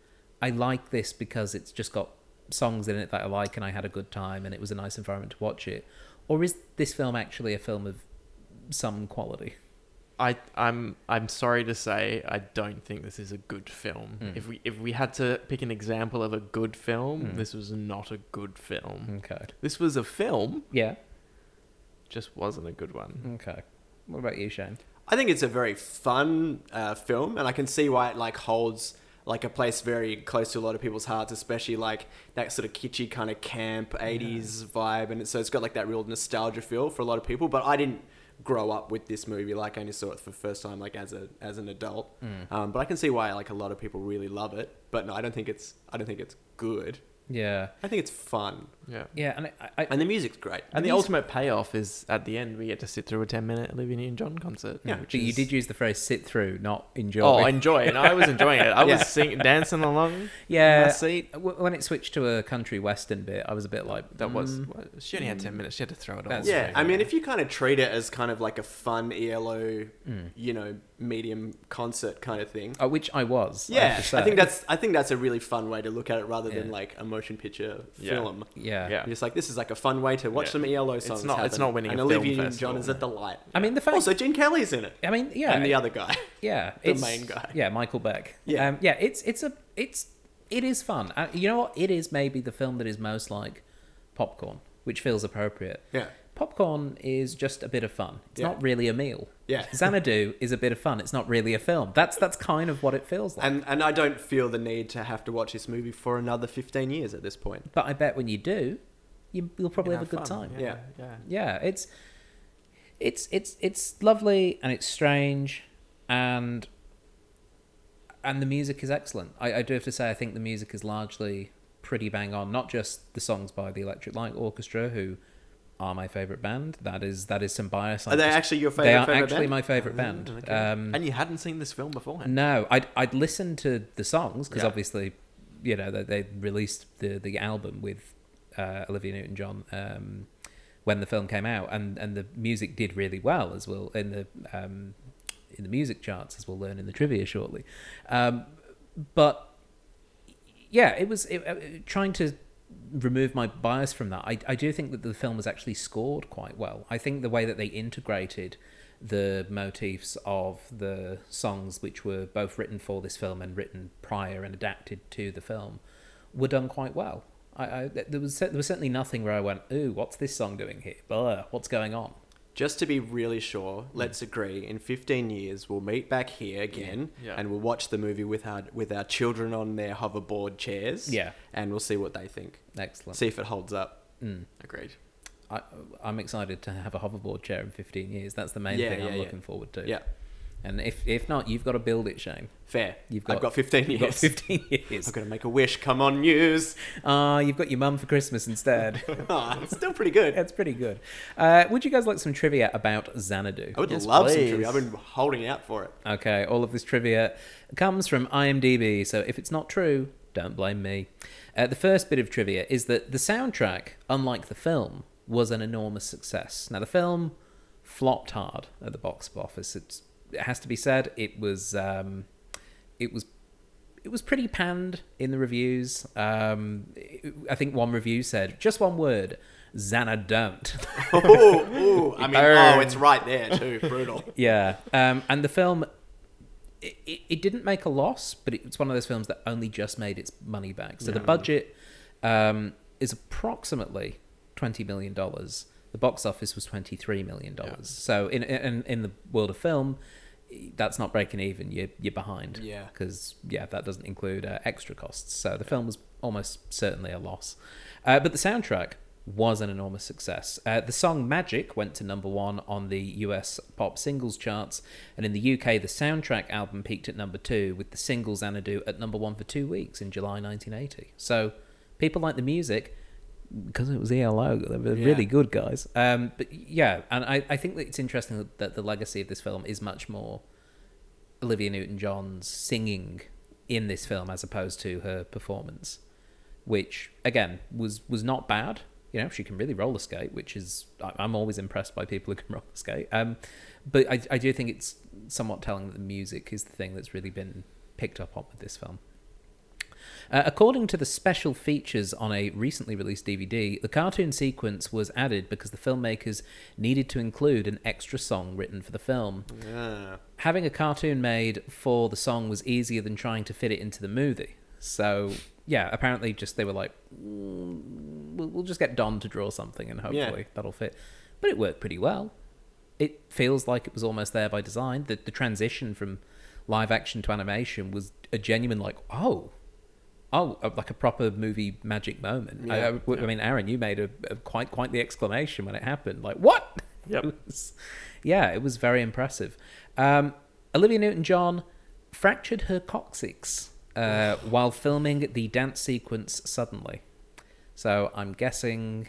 A: I like this because it's just got songs in it that I like and I had a good time and it was a nice environment to watch it, or is this film actually a film of some quality?
B: I I'm I'm sorry to say I don't think this is a good film.
A: Mm.
B: If we if we had to pick an example of a good film,
A: Mm.
B: this was not a good film.
A: Okay.
B: This was a film,
A: Yeah.
B: just wasn't a good one.
A: Okay. What about you, Shane?
C: I think it's a very fun uh, film, and I can see why it like holds like a place very close to a lot of people's hearts, especially like that sort of kitschy kind of camp '80s vibe, and it, so it's got like that real nostalgia feel for a lot of people. But I didn't grow up with this movie; like I only saw it for the first time like as a as an adult. Um, but I can see why like a lot of people really love it. But no, I don't think it's I don't think it's good.
A: Yeah.
C: I think it's fun,
B: Yeah.
A: Yeah, and I, I,
C: and the music's great.
B: And the
A: These-
B: ultimate payoff is at the end we get to sit through a ten minute Olivia Newton John concert.
C: Yeah,
A: But you did use the phrase "sit through," not enjoy.
B: Oh, enjoy! And I was enjoying it. I
C: Yeah.
B: was sing- dancing along. in
A: yeah.
B: my seat.
A: W- When it switched to a country western bit, I was a bit like,
B: That was
A: mm,
B: she only had ten minutes. She had to throw it all.
A: That's
C: yeah,
A: right,
C: I mean, if you kind of treat it as kind of like a fun ELO,
B: Hmm.
C: you know, medium concert kind of
B: Oh,
C: thing.
A: uh, which I was. I
C: yeah,
A: have to
C: I, think
A: say.
C: that's I think that's a really fun way to look at it rather than
A: Yeah.
C: like a motion picture
B: Yeah.
C: film.
A: Yeah.
B: Yeah.
C: It's like this is like a fun way to watch
B: Yeah.
C: some ELO
B: It's
C: songs.
B: not- it's
C: happen,
B: not winning
C: And
B: a film
C: Olivia
B: festival,
C: Newton-John is a delight.
A: I mean, the fact.
C: Also, Gene Kelly's in it,
A: I mean, yeah.
C: and the other guy.
A: yeah,
C: the
A: it's-
C: main guy.
A: Yeah, Michael Beck.
C: Yeah.
A: um, yeah. It's it's a it's it is fun. Uh, you know what? It is maybe the film that is most like popcorn, which feels appropriate.
C: yeah,
A: Popcorn is just a bit of fun. It's
C: Yeah.
A: not really a meal.
C: Yeah.
A: Xanadu is a bit of fun. It's not really a film. That's that's kind of what it feels like.
C: and and I don't feel the need to have to watch this movie for another fifteen years at this point.
A: But I bet when you do, you, you'll probably
B: You'll
A: have a good
B: fun,
A: time. Yeah.
C: Yeah.
B: yeah.
A: it's it's it's it's lovely and it's strange, and and the music is excellent. I, I do have to say, I think the music is largely pretty bang on. Not just the songs by the Electric Light Orchestra, who are my favorite band. That is that is some bias. I
C: Are they
A: just-
C: actually your
A: they
C: favorite?
A: are
C: favorite
A: actually
C: band? Oh,
A: my favorite band.
B: okay.
A: Um,
B: And you hadn't seen this film beforehand.
A: no, I'd I'd listened to the songs because
B: Yeah.
A: obviously, you know, they, they released the the album with uh, Olivia Newton John um, when the film came out, and and the music did really well as well in the um, in the music charts, as we'll learn in the trivia shortly. Um, but yeah, it was it, uh, trying to remove my bias from that. I, I do think that the film was actually scored quite well. I think the way that they integrated the motifs of the songs, which were both written for this film and written prior and adapted to the film, were done quite well. I, I there was cer- there was certainly nothing where I went, ooh, what's this song doing here? Blah, what's going on?
C: Just to be really sure, let's agree in 15 years we'll meet back here again
B: Yeah.
C: and we'll watch the movie with our with our children on their hoverboard chairs.
A: Yeah.
C: And we'll see what they think.
A: Excellent.
C: See if it holds up.
A: Mm.
B: Agreed.
A: I, I'm excited to have a hoverboard chair in 15 years. That's the main
C: Yeah,
A: thing
C: yeah,
A: I'm
C: yeah.
A: looking forward to.
C: Yeah.
A: And if if not, you've got to build it, Shane.
C: Fair.
A: You've
C: I've
A: got-
C: got 15
A: You've
C: years.
A: got 15 years.
C: I'm going to make a wish. Come on, Muse.
A: Ah, you've got your mum for Christmas instead.
C: Ah, it's still pretty good.
A: That's pretty good. Uh, would you guys like some trivia about Xanadu?
C: I would
B: Yes,
C: love some
B: please.
C: trivia. I've been holding out for it.
A: Okay, all of this trivia comes from IMDb, so if it's not true, don't blame me. Uh, the first bit of trivia is that the soundtrack, unlike the film, was an enormous success. Now, the film flopped hard at the box office. It's, it has to be said, it was um, it was it was pretty panned in the reviews. Um, it- I think one review said just one word: Xana don't.
C: ooh, ooh, I mean, oh,
A: Burn.
C: it's right there too. Brutal.
A: yeah, um, and the film. It, it- it didn't make a loss, but it's one of those films that only just made its money back. So the budget um, is approximately twenty million dollars. The box office was twenty three million dollars. So in, in in the world of film, that's not breaking even. You're you're behind.
C: Yeah.
A: because yeah, that doesn't include uh, extra costs. So the film was almost certainly a loss. Uh, but the soundtrack was an enormous success. Uh, the song Magic went to number one on the US pop singles charts, and in the UK, the soundtrack album peaked at number two, with the single Xanadu at number one for two weeks in July 1980. So people like the music because it was E ELO. They were really good guys. Um, but yeah, and I, I think that it's interesting that, that the legacy of this film is much more Olivia Newton John's singing in this film as opposed to her performance, which again was was not bad. You know, she can really roller skate, which is I- I'm always impressed by people who can roller skate. Um, but I, I do think it's somewhat telling that the music is the thing that's really been picked up on with this film. Uh, according to the special features on a recently released DVD, the cartoon sequence was added because the filmmakers needed to include an extra song written for the film.
B: Yeah.
A: Having a cartoon made for the song was easier than trying to fit it into the movie. So, yeah, apparently, just they were like, "Mm, we'll, we'll just get Don to draw something and
C: Yeah.
A: hopefully that'll fit. But it worked pretty well. It feels like it was almost there by design. The, the transition from live action to animation was a genuine, like, oh, oh, uh, like a proper movie magic moment. I- I, w- I mean, Aaron, you made a, a quite quite the exclamation when it happened. Like, what?
B: Yep.
A: It was- yeah, it was very impressive. Um, Olivia Newton John fractured her coccyx uh, while filming the dance sequence suddenly. So I'm guessing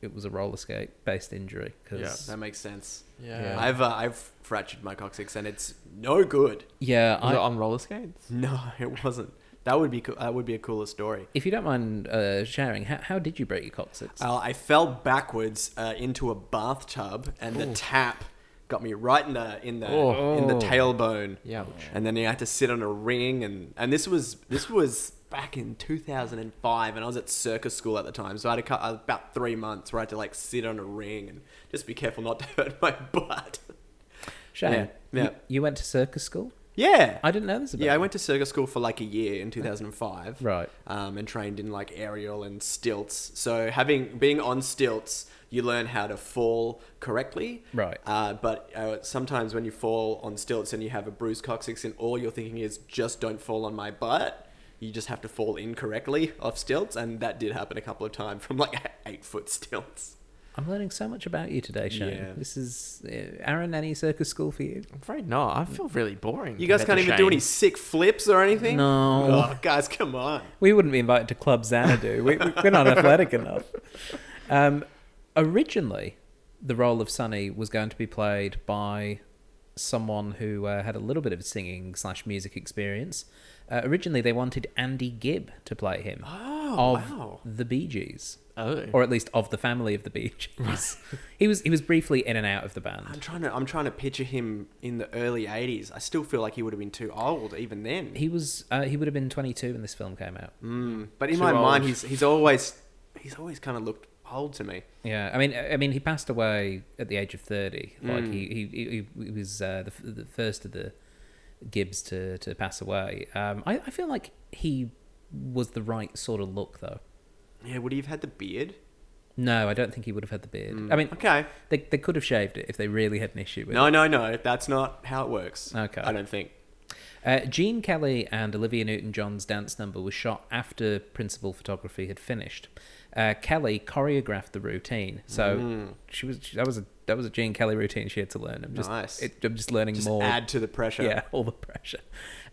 A: it was a roller skate based injury. Cause,
C: That makes sense.
B: Yeah.
C: I've uh, I've fractured my coccyx and it's no good.
A: yeah,
B: Was
A: I,
B: it on roller skates?
C: No, it wasn't. That would be coo- that would be a cooler story.
A: if you don't mind uh, sharing, how, how did you break your coccyx?
C: Uh, I fell backwards uh, into a bathtub, and the tap got me right in the in the
B: Oh.
C: in the tailbone.
B: Yeah.
C: And then you had to sit on a ring, and and this was this was back in 2005, and I was at circus school at the time, so I had a cou- uh, about three months where I had to like sit on a ring and just be careful not to hurt my butt.
A: Shane,
C: yeah, yeah.
A: You, you went to circus school?
C: Yeah.
A: I didn't know this about
C: Yeah, I
A: you.
C: went to circus school for like a year in 2005.
A: Right.
C: Um, and trained in like aerial and stilts. So having being on stilts, you learn how to fall correctly.
A: Right.
C: Uh, but uh, sometimes when you fall on stilts and you have a bruised coccyx, and all you're thinking is just don't fall on my butt. You just have to fall incorrectly off stilts, and that did happen a couple of times from like eight foot stilts.
A: I'm learning so much about you today, Shane.
C: Yeah.
A: This is uh, Aaron. Any circus school for you?
B: I'm afraid not. I feel really boring.
C: You guys
B: compared
C: can't
B: to
C: even do
B: Shane.
C: any sick flips or anything.
A: No.
C: Oh, guys, come on.
A: We wouldn't be invited to Club Xanadu. we, we- we're not athletic enough. Um, originally, the role of Sonny was going to be played by someone who uh, had a little bit of singing slash music experience. Uh, originally, they wanted Andy Gibb to play him
C: Oh,
A: of
C: wow.
A: the Bee Gees,
B: Oh.
A: or at least of the family of the Bee Gees. he was he was briefly in and out of the band.
C: I'm trying to I'm trying to picture him in the early 80s. I still feel like he would have been too old even then.
A: He was uh, he would have been 22 when this film came out.
C: Mm, but in
B: Too
C: my
B: old.
C: mind, he's he's always he's always kind of looked old to me.
A: Yeah, I mean, I I mean, he passed away at the age of thirty. Like
C: Mm.
A: he, he, he, he was uh, the, f- the first of the Gibbs to to pass away. Um, I, I feel like he was the right sort of look, though.
C: Yeah, would he have had the beard?
A: No, I don't think he would have had the beard. I mean,
C: Mm. Okay.
A: they they could have shaved it if they really had an issue with it.
C: No, no, no. That's not how it works.
A: Okay.
C: I don't think.
A: Uh, Gene Kelly and Olivia Newton John's dance number was shot after principal photography had finished. Uh, Kelly choreographed the routine, so
C: Mm.
A: she was she, that was a that was a Gene Kelly routine she had to learn. I'm just
C: Nice.
A: it, I'm just learning
C: Just
A: more.
C: add to the pressure.
A: Yeah, all the pressure.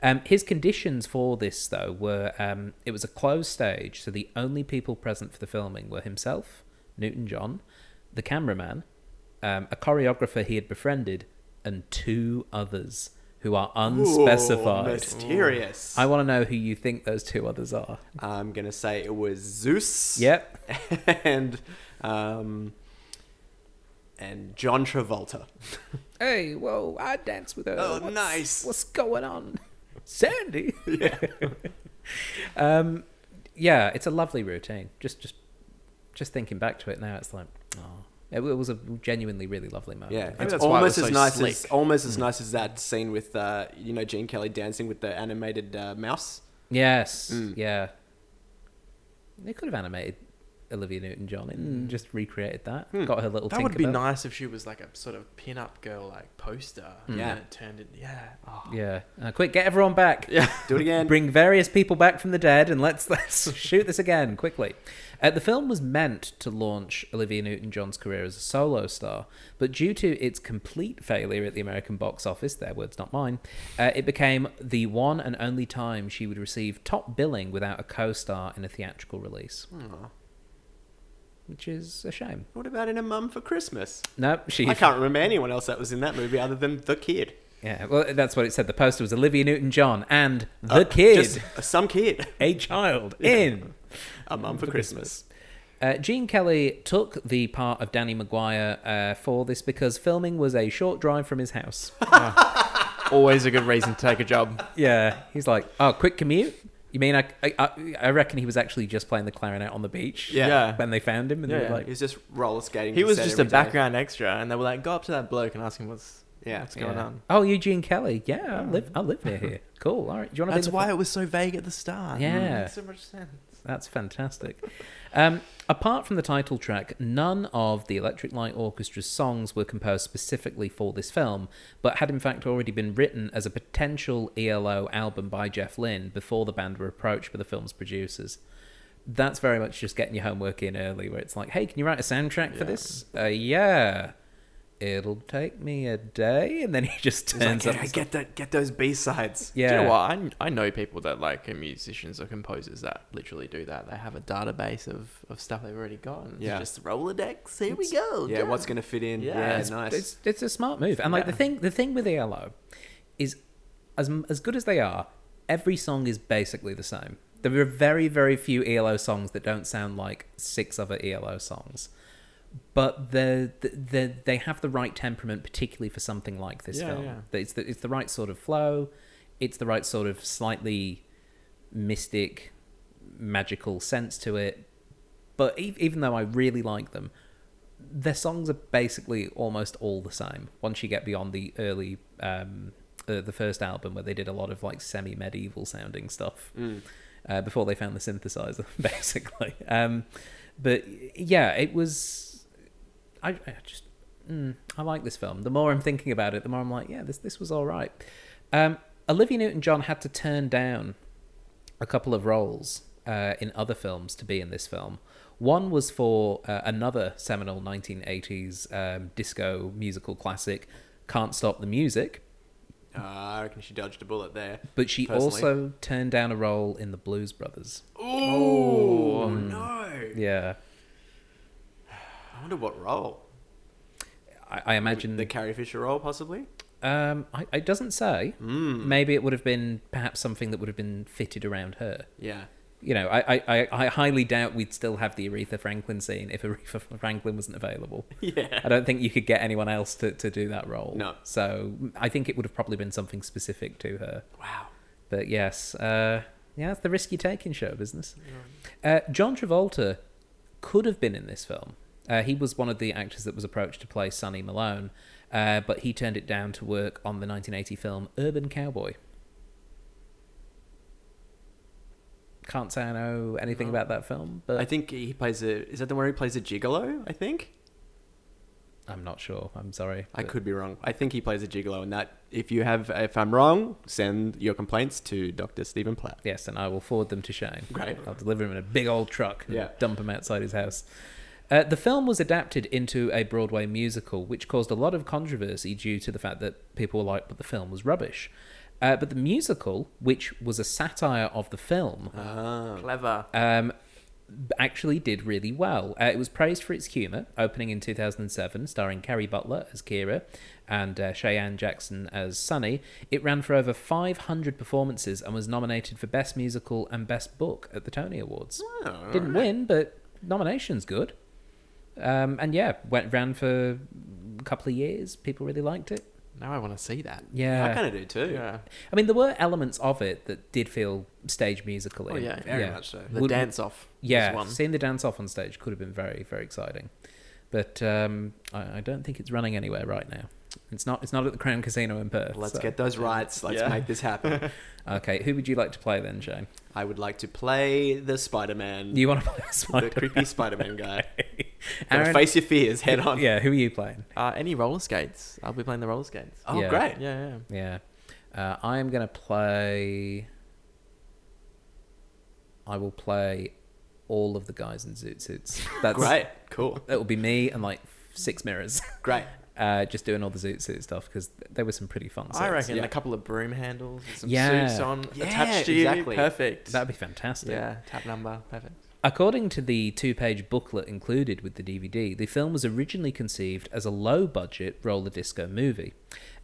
A: Um, his conditions for this though were um, it was a closed stage, so the only people present for the filming were himself, Newton John, the cameraman, um, a choreographer he had befriended, and two others who are
C: Ooh,
A: unspecified.
C: mysterious.
A: I want to know who you think those two others are.
C: I'm gonna say it was Zeus.
A: Yep.
C: and um, and John Travolta.
A: Hey, whoa, I dance with her.
C: Oh, nice.
A: What's going on? Sandy. Yeah. um, yeah, it's a lovely routine. Just just just thinking back to it now, it's like, oh. It, w- it was a genuinely really lovely moment.
C: Yeah,
B: think
C: it's
B: that's why it
C: almost
B: was so
C: as nice
B: slick. Hmm.
C: as almost as nice as that scene with uh, you know Gene Kelly dancing with the animated uh, mouse.
A: Yes. Yeah. They could have animated Olivia Newton John and just recreated that. Got her little
B: That would be
A: Tinkerbell.
B: nice if she was like a sort of pin-up girl like poster. and
C: Yeah.
B: then it turned in. Hmm. Yeah. Oh.
A: Yeah. Uh, quick, get everyone back.
C: Yeah, do it again.
A: Bring various people back from the dead and let's let's shoot this again quickly. Uh, the film was meant to launch Olivia Newton-John's career as a solo star, but due to its complete failure at the American box office, their words not mine, uh, it became the one and only time she would receive top billing without a co-star in a theatrical release,
C: Aw.
A: which is a shame.
C: What about in a mum for Christmas?
A: No, she
C: I can't remember anyone else that was in that movie other than the kid.
A: Yeah, well, that's what it said. The poster was Olivia Newton-John and the kid,
C: Uh, Just some kid.
A: a child in
C: A mum for Christmas.
A: Uh, Gene Kelly took the part of Danny Maguire uh, for this because filming was a short drive from his house.
B: Always a good reason to take a job.
A: yeah, he's like, oh, quick commute. You mean I, I? I- I reckon he was actually just playing the clarinet on the beach.
C: Yeah.
A: When they found him, and they
B: Yeah.
A: were
C: He
A: like,
C: was just roller skating.
B: He
C: to
B: was
C: set
B: just a
C: every day.
B: background extra, and they were like, "Go up to that bloke and ask him what's
C: Yeah.
B: what's going
A: yeah.
B: on."
A: Oh, Eugene Kelly. Yeah, I live. I live near here. Cool. All right. Do you want to?
B: That's why it was so vague at the start.
A: Yeah.
B: makes so much sense.
A: That's fantastic. Um, apart from the title track, none of the Electric Light Orchestra's songs were composed specifically for this film, but had in fact already been written as a potential ELO album by Jeff Lynne before the band were approached by the film's producers. That's very much just getting your homework in early, where it's like, hey, can you write a soundtrack for
B: Yeah.
A: this? Uh, yeah. It'll take me a day. And then he just
C: He's like,
A: turns
C: "Yeah,
A: up.
C: get that, get those B sides.
A: Yeah.
B: Do you know what? I, I know people that like are musicians or composers that literally do that. They have a database of, of stuff they've already got. And
C: Yeah.
B: yeah. Just Rolodex. Here we go.
C: Yeah, what's gonna fit in?
B: Yeah,
C: Yeah,
B: it's-
C: nice.
A: It's, it's a smart move. And like the
B: Yeah.
A: thing, the thing with ELO is, as as good as they are, every song is basically the same. There are very very few ELO songs that don't sound like six other ELO songs. But the, the, the they have the right temperament, particularly for something like this
B: Yeah,
A: film.
B: yeah.
A: That It's the it's the right sort of flow. It's the right sort of slightly mystic, magical sense to it. But e- even though I really like them, their songs are basically almost all the same once you get beyond the early um uh, the first album where they did a lot of like semi medieval sounding stuff
B: Mm.
A: uh, before they found the synthesizer basically um but yeah it was i, I just mm, i like this film the more i'm thinking about it the more i'm like yeah this this was all right um olivia newton-john had to turn down a couple of roles uh, in other films to be in this film. One was for uh, another seminal 1980s um, disco musical classic, Can't Stop the Music,
C: Uh, I reckon she dodged a bullet there.
A: but she
C: Personally.
A: also turned down a role in The Blues Brothers.
C: Oh
B: Hmm.
C: no!
A: Yeah.
C: I wonder what role.
A: I, I imagine.
C: The Carrie Fisher role, possibly.
A: um, I, it doesn't say.
C: Hmm.
A: Maybe it would have been perhaps something that would have been fitted around her.
C: Yeah.
A: You know, I, I, I, I highly doubt we'd still have the Aretha Franklin scene if Aretha Franklin wasn't available.
C: Yeah.
A: I don't think you could get anyone else to, to do that role.
C: No.
A: So I think it would have probably been something specific to her.
C: Wow.
A: But yes, uh, yeah, it's the risk you take in show business. Uh, John Travolta could have been in this film. Uh, he was one of the actors that was approached to play Sonny Malone, uh, but he turned it down to work on the 1980 film Urban Cowboy. Can't say I know anything about that film, but
C: I think he plays a. Is that the one where he plays a gigolo? I think.
A: I'm not sure. I'm sorry.
C: I
A: but-
C: could be wrong. I think he plays a gigolo, and that if you have, if I'm wrong, send your complaints to Doctor Stephen Platt.
A: Yes, and I will forward them to Shane.
C: Great.
A: I'll deliver him in a big old truck and
C: Yeah.
A: dump him outside his house. Uh, the film was adapted into a Broadway musical, which caused a lot of controversy due to the fact that people were like, but the film was rubbish. Uh, but the musical, which was a satire of the film,
C: Ah.
B: Clever.
A: um, b- actually did really well. Uh, it was praised for its humour, opening in 2007, starring Carrie Butler as Kira and uh, Cheyenne Jackson as Sunny. It ran for over 500 performances and was nominated for Best Musical and Best Book at the Tony Awards.
C: Oh,
A: Didn't win, but nomination's good. Um, and yeah, went round for a couple of years. People really liked it.
B: Now I want to see that.
A: Yeah.
C: I kind of do too.
B: Yeah.
A: I mean, there were elements of it that did feel stage musical.
B: Oh
A: in.
B: yeah,
C: Very much so.
B: The
A: Would-
B: dance off.
A: Yeah,
B: One.
A: seeing the dance off on stage could have been very, very exciting, but um, I, I don't think it's running anywhere right now. It's not. It's not at the Crown Casino in Perth.
B: Let's
A: so-
B: get those rights. Let's
C: Yeah.
B: make this happen.
A: Okay, who would you like to play then, Shane?
C: I would like to play the Spider Man,
A: You want to play
C: the
A: Spider?
C: creepy Spider Man guy. Gotta
A: Aaron,
C: face your fears head on.
A: yeah, who are you playing?
B: uh, any roller skates? I'll be playing the roller skates.
C: Oh,
A: Yeah.
C: great.
B: Yeah, yeah.
A: Yeah, uh, I am going to play. I will play all of the guys in zoot suits. That's
C: Great. Cool.
A: That will be me and like six mirrors,
C: Great.
A: uh, just doing all the zoot suit stuff because there was some pretty fun. Sets.
B: I reckon
C: yeah.
B: a couple of broom handles, with some
A: Yeah.
B: suits on,
C: Yeah,
B: attached to you.
C: exactly.
B: Perfect.
A: That'd be fantastic.
B: yeah, tap number. Perfect.
A: According to the two page booklet included with the DVD, the film was originally conceived as a low budget roller disco movie.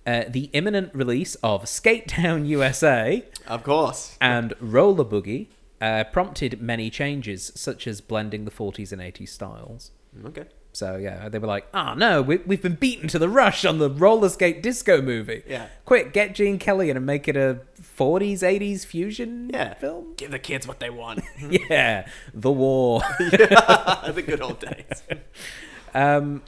A: Uh, the imminent release of Skate Town USA
C: Of course.
A: and Roller Boogie uh, prompted many changes, such as blending the 40s and 80s styles.
C: Okay.
A: So, yeah, they were like, ah, no, we, we've been beaten to the rush on the roller skate disco movie.
C: Yeah.
A: Quick, get Gene Kelly in and make it a 40s, 80s fusion
C: Yeah. Mm-hmm.
A: film.
C: Give the kids what they want.
A: yeah, The War.
C: the good old days.
A: Um,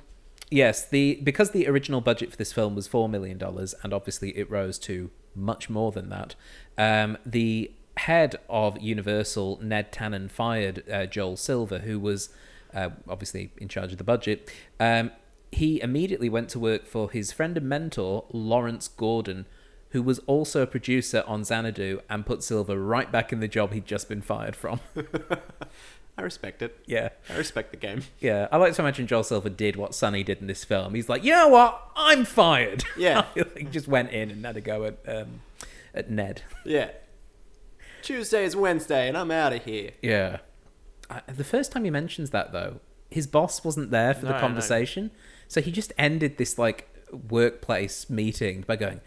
A: yes, the because the original budget for this film was four million dollars, and obviously it rose to much more than that. Um, the head of Universal, Ned Tannen, fired uh, Joel Silver, who was uh, obviously in charge of the budget. Um, he immediately went to work for his friend and mentor Lawrence Gordon. Who was also a producer on Xanadu and put Silver right back in the job he'd just been fired from.
C: I respect it.
A: yeah.
C: I respect the game.
A: Yeah, I like to imagine Joel Silver did what Sonny did in this film. He's like, you know what? I'm fired.
C: Yeah.
A: he just went in and had a go at um, at Ned.
C: Yeah. Tuesday is Wednesday, and I'm out of here.
A: Yeah. I, the first time he mentions that though, his boss wasn't there for
B: No,
A: the
B: I know.
A: conversation, so he just ended this like workplace meeting by going,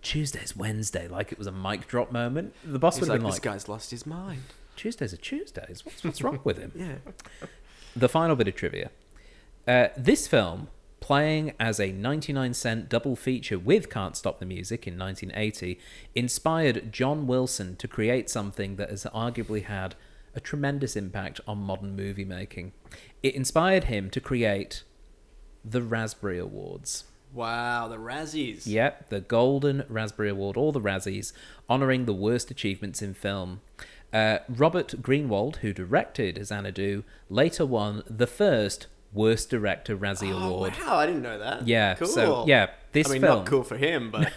A: "Tuesday's Wednesday," like it was a mic drop moment. The boss
B: He's
A: would have
B: like,
A: been
B: this
A: like,
B: guy's lost his mind.
A: "Tuesdays are Tuesdays. What's what's wrong with him?"
B: Yeah.
A: The final bit of trivia. Uh, this film, playing as a 99 cent double feature with Can't Stop the Music in 1980, inspired John Wilson to create something that has arguably had a tremendous impact on modern movie making. It inspired him to create the Raspberry Awards.
C: Wow, the Razzies.
A: Yep, the Golden Raspberry Award, or the Razzies, honouring the worst achievements in film. Uh, Robert Greenwald, who directed Xanadu, later won the first Worst Director Razzie
C: Oh,
A: Award.
C: wow, I didn't know that.
A: Yeah,
C: Cool.
A: so yeah, this
C: I mean,
A: film
C: not cool for him, but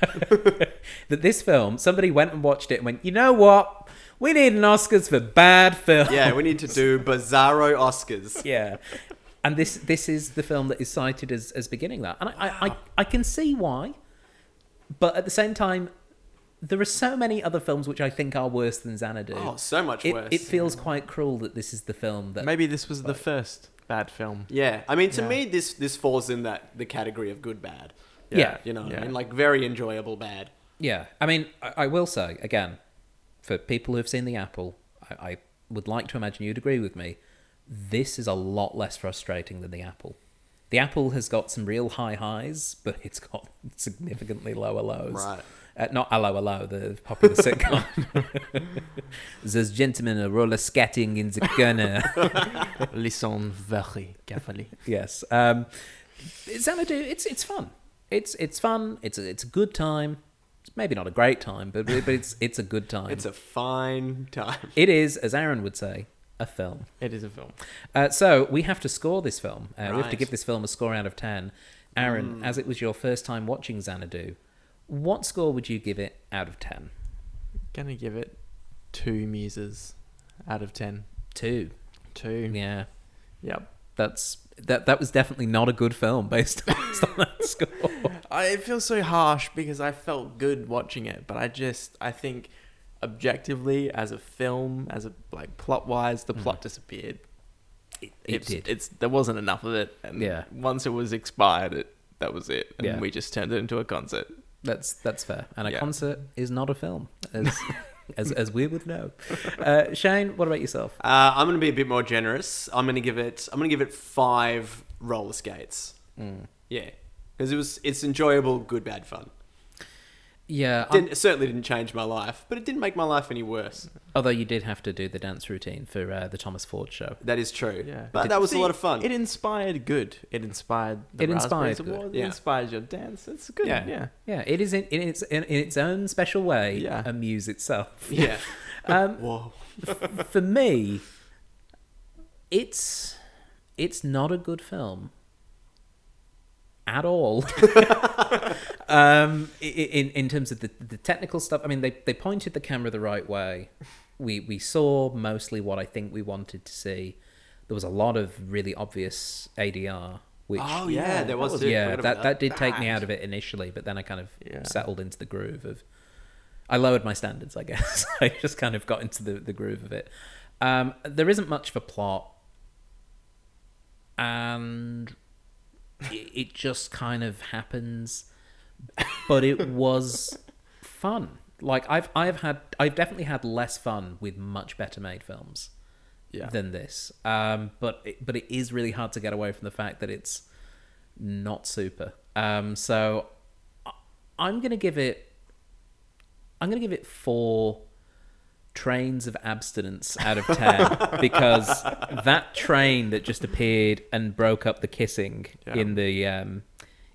A: that this film, somebody went and watched it and went, you know what? We need an Oscars for bad film.
C: yeah, we need to do Bizarro Oscars.
A: yeah. And this this is the film that is cited as, as beginning that. And I, I, I, I can see why, but at the same time, there are so many other films which I think are worse than Xanadu.
C: Oh, so much
A: it,
C: worse.
A: it feels quite cruel that this is the film that.
B: Maybe this was the first bad film.
C: yeah, I mean, to
B: Yeah.
C: me, this this falls in that the category of good bad.
A: Yeah.
C: you know, what I
B: Yeah.
C: mean, like very enjoyable bad.
A: Yeah. I mean, I, I will say, again, for people who have seen The Apple, I, I would like to imagine you'd agree with me. This is a lot less frustrating than The Apple. The Apple has got some real high highs, but it's got significantly lower lows.
C: Right.
A: Uh, not Allo Allo, the popular sitcom. There's gentlemen are roller skating in the corner.
B: Listen very carefully.
A: yes. Um, Xanadu, it's it's fun. It's it's fun. It's a, it's a good time. It's maybe not a great time, but but it's it's a good time.
C: It's a fine time.
A: it is, as Aaron would say, a film.
B: It is a film.
A: Uh, so we have to score this film. Uh, We have to
C: Right.
A: give this film a score out of ten. Aaron, as it was your first time watching Xanadu, what score would you give it out of ten?
B: Gonna give it two muses out of ten.
A: Two.
B: Two.
A: Yeah,
B: Yep.
A: that's that. That was definitely not a good film based on, based on that score.
B: I, it feels so harsh because I felt good watching it, but I just I think objectively as a film, as a like plot wise, the plot disappeared.
A: It,
B: it's, It's there wasn't enough of it, and
A: Yeah.
B: once it was expired, it that was it, and
A: Yeah.
B: we just turned it into a concert.
A: That's that's fair. And a
B: Yeah.
A: concert is not a film, as as, as we would know. Uh, Shane, what about yourself?
C: Uh, I'm gonna be a bit more generous. I'm gonna give it. I'm gonna give it five roller skates. Yeah, because it was it's enjoyable, good, bad fun.
A: Yeah. I'm-
C: Didn't, it certainly didn't change my life, but it didn't make my life any worse.
A: although you did have to do the dance routine for uh, the Thomas Ford show.
C: That is true.
B: Yeah.
C: but that was
B: See,
C: a lot of fun.
B: It inspired good. It inspired the
A: It inspired
B: Raspberries
A: good.
B: Award.
C: Yeah.
B: It inspired your dance. It's good.
C: Yeah.
B: Yeah. Yeah.
A: Yeah, it is in, in its in, in its own special way
B: Yeah.
A: a muse itself.
C: yeah,
A: Um,
C: whoa,
A: for me, it's it's not a good film at all. um, i- i- in in terms of the the technical stuff, I mean, they they pointed the camera the right way. We we saw mostly what I think we wanted to see. There was a lot of really obvious ADR, which
C: oh yeah,
B: yeah,
C: there was
B: that was-
C: too.
A: yeah,
C: Forgot about
A: that, that did take me
B: That-
A: out of it initially, but then I kind of
B: Yeah.
A: settled into the groove of. I lowered my standards, I guess. I just kind of got into the, the groove of it. Um, there isn't much for plot, and it, it just kind of happens. But it was fun. Like I've I've had I've definitely had less fun with much better made films
B: Yeah.
A: than this. Um, but it, but it is really hard to get away from the fact that it's not super. Um, so I- I'm gonna give it. I'm gonna give it four trains of abstinence out of ten because that train that just appeared and broke up the kissing
B: Yeah.
A: in the um,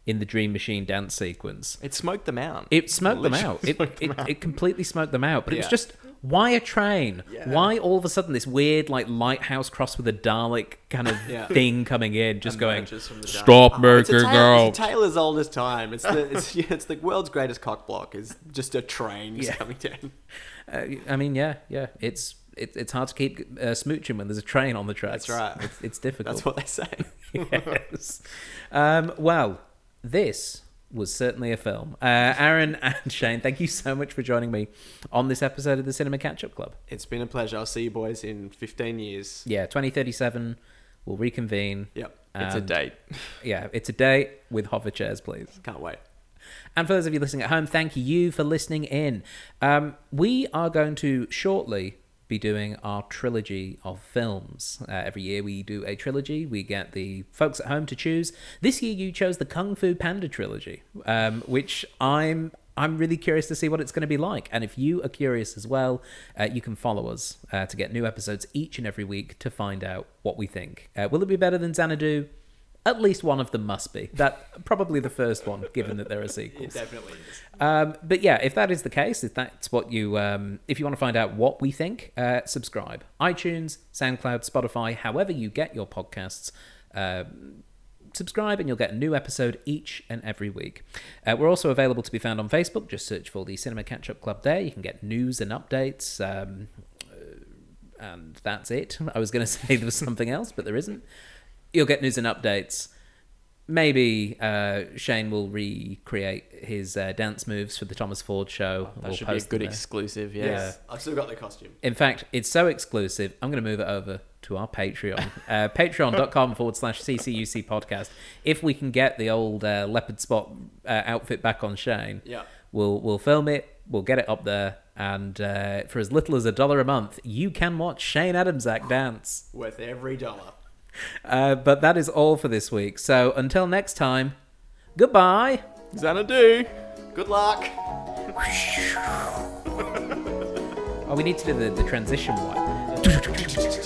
A: in the Dream Machine dance sequence.
B: It smoked them out.
A: It smoked them
B: Literally
A: out. It, it, it completely smoked them out. But it was
C: Yeah.
A: just why a train?
C: Yeah.
A: Why all of a sudden this weird like lighthouse cross with a Dalek kind of
C: Yeah.
A: thing coming in, just going
B: Emerges from the dark.
A: stop
C: Oh, It's a,
A: making
C: tale, it's a
A: out.
C: tale as old as time. It's the it's, yeah, it's the world's greatest cock block. Is just a train just
A: Yeah.
C: coming down.
A: Uh, I mean, yeah, yeah. It's it, it's hard to keep uh, smooching when there's a train on the tracks.
C: That's right.
A: It's, it's difficult.
C: That's what they say.
A: yes. Um, well, this was certainly a film. Uh, Aaron and Shane, thank you so much for joining me on this episode of the Cinema Catch Up Club.
C: It's been a pleasure. I'll see you boys in 15 years.
A: Yeah, 2037. We'll reconvene.
C: Yep.
B: It's a
A: And-
B: date.
A: Yeah, it's a date with hover chairs, please.
C: Can't wait.
A: And for those of you listening at home, thank you for listening in. Um, we are going to shortly be doing our trilogy of films. Uh, every year we do a trilogy. We get the folks at home to choose. This year you chose the Kung Fu Panda trilogy, um, which I'm I'm really curious to see what it's going to be like. And if you are curious as well, uh, you can follow us uh, to get new episodes each and every week to find out what we think. Uh, will it be better than Xanadu? At least one of them must be. That probably the first one, given that there are sequels.
C: definitely is.
A: Um, but yeah, if that is the case, if that's what you, um, if you want to find out what we think, uh, subscribe. iTunes, SoundCloud, Spotify, however you get your podcasts, uh, subscribe and you'll get a new episode each and every week. Uh, we're also available to be found on Facebook. Just search for the Cinema Catch Up Club there. You can get news and updates. Um, uh, and that's it. I was going to say there was something else, but there isn't. You'll get news and updates maybe uh, Shane will recreate his uh, dance moves for the Thomas Ford show.
B: That
A: We'll
B: should be a
A: post
B: good
A: them there.
B: exclusive.
A: Yeah.
B: Yes.
C: I've still got the costume.
A: In fact, it's so exclusive, I'm going to move it over to our Patreon. Uh, Patreon.com forward slash CCUC podcast. If we can get the old uh, leopard spot uh, outfit back on Shane,
C: Yeah.
A: we'll, we'll film it, we'll get it up there. And uh, for as little as a dollar a month, you can watch Shane Adams act dance.
C: Worth every dollar.
A: Uh, but that is all for this week. So until next time, goodbye.
B: Xanadu.
C: Good luck.
A: Oh, we need to do the, the transition one.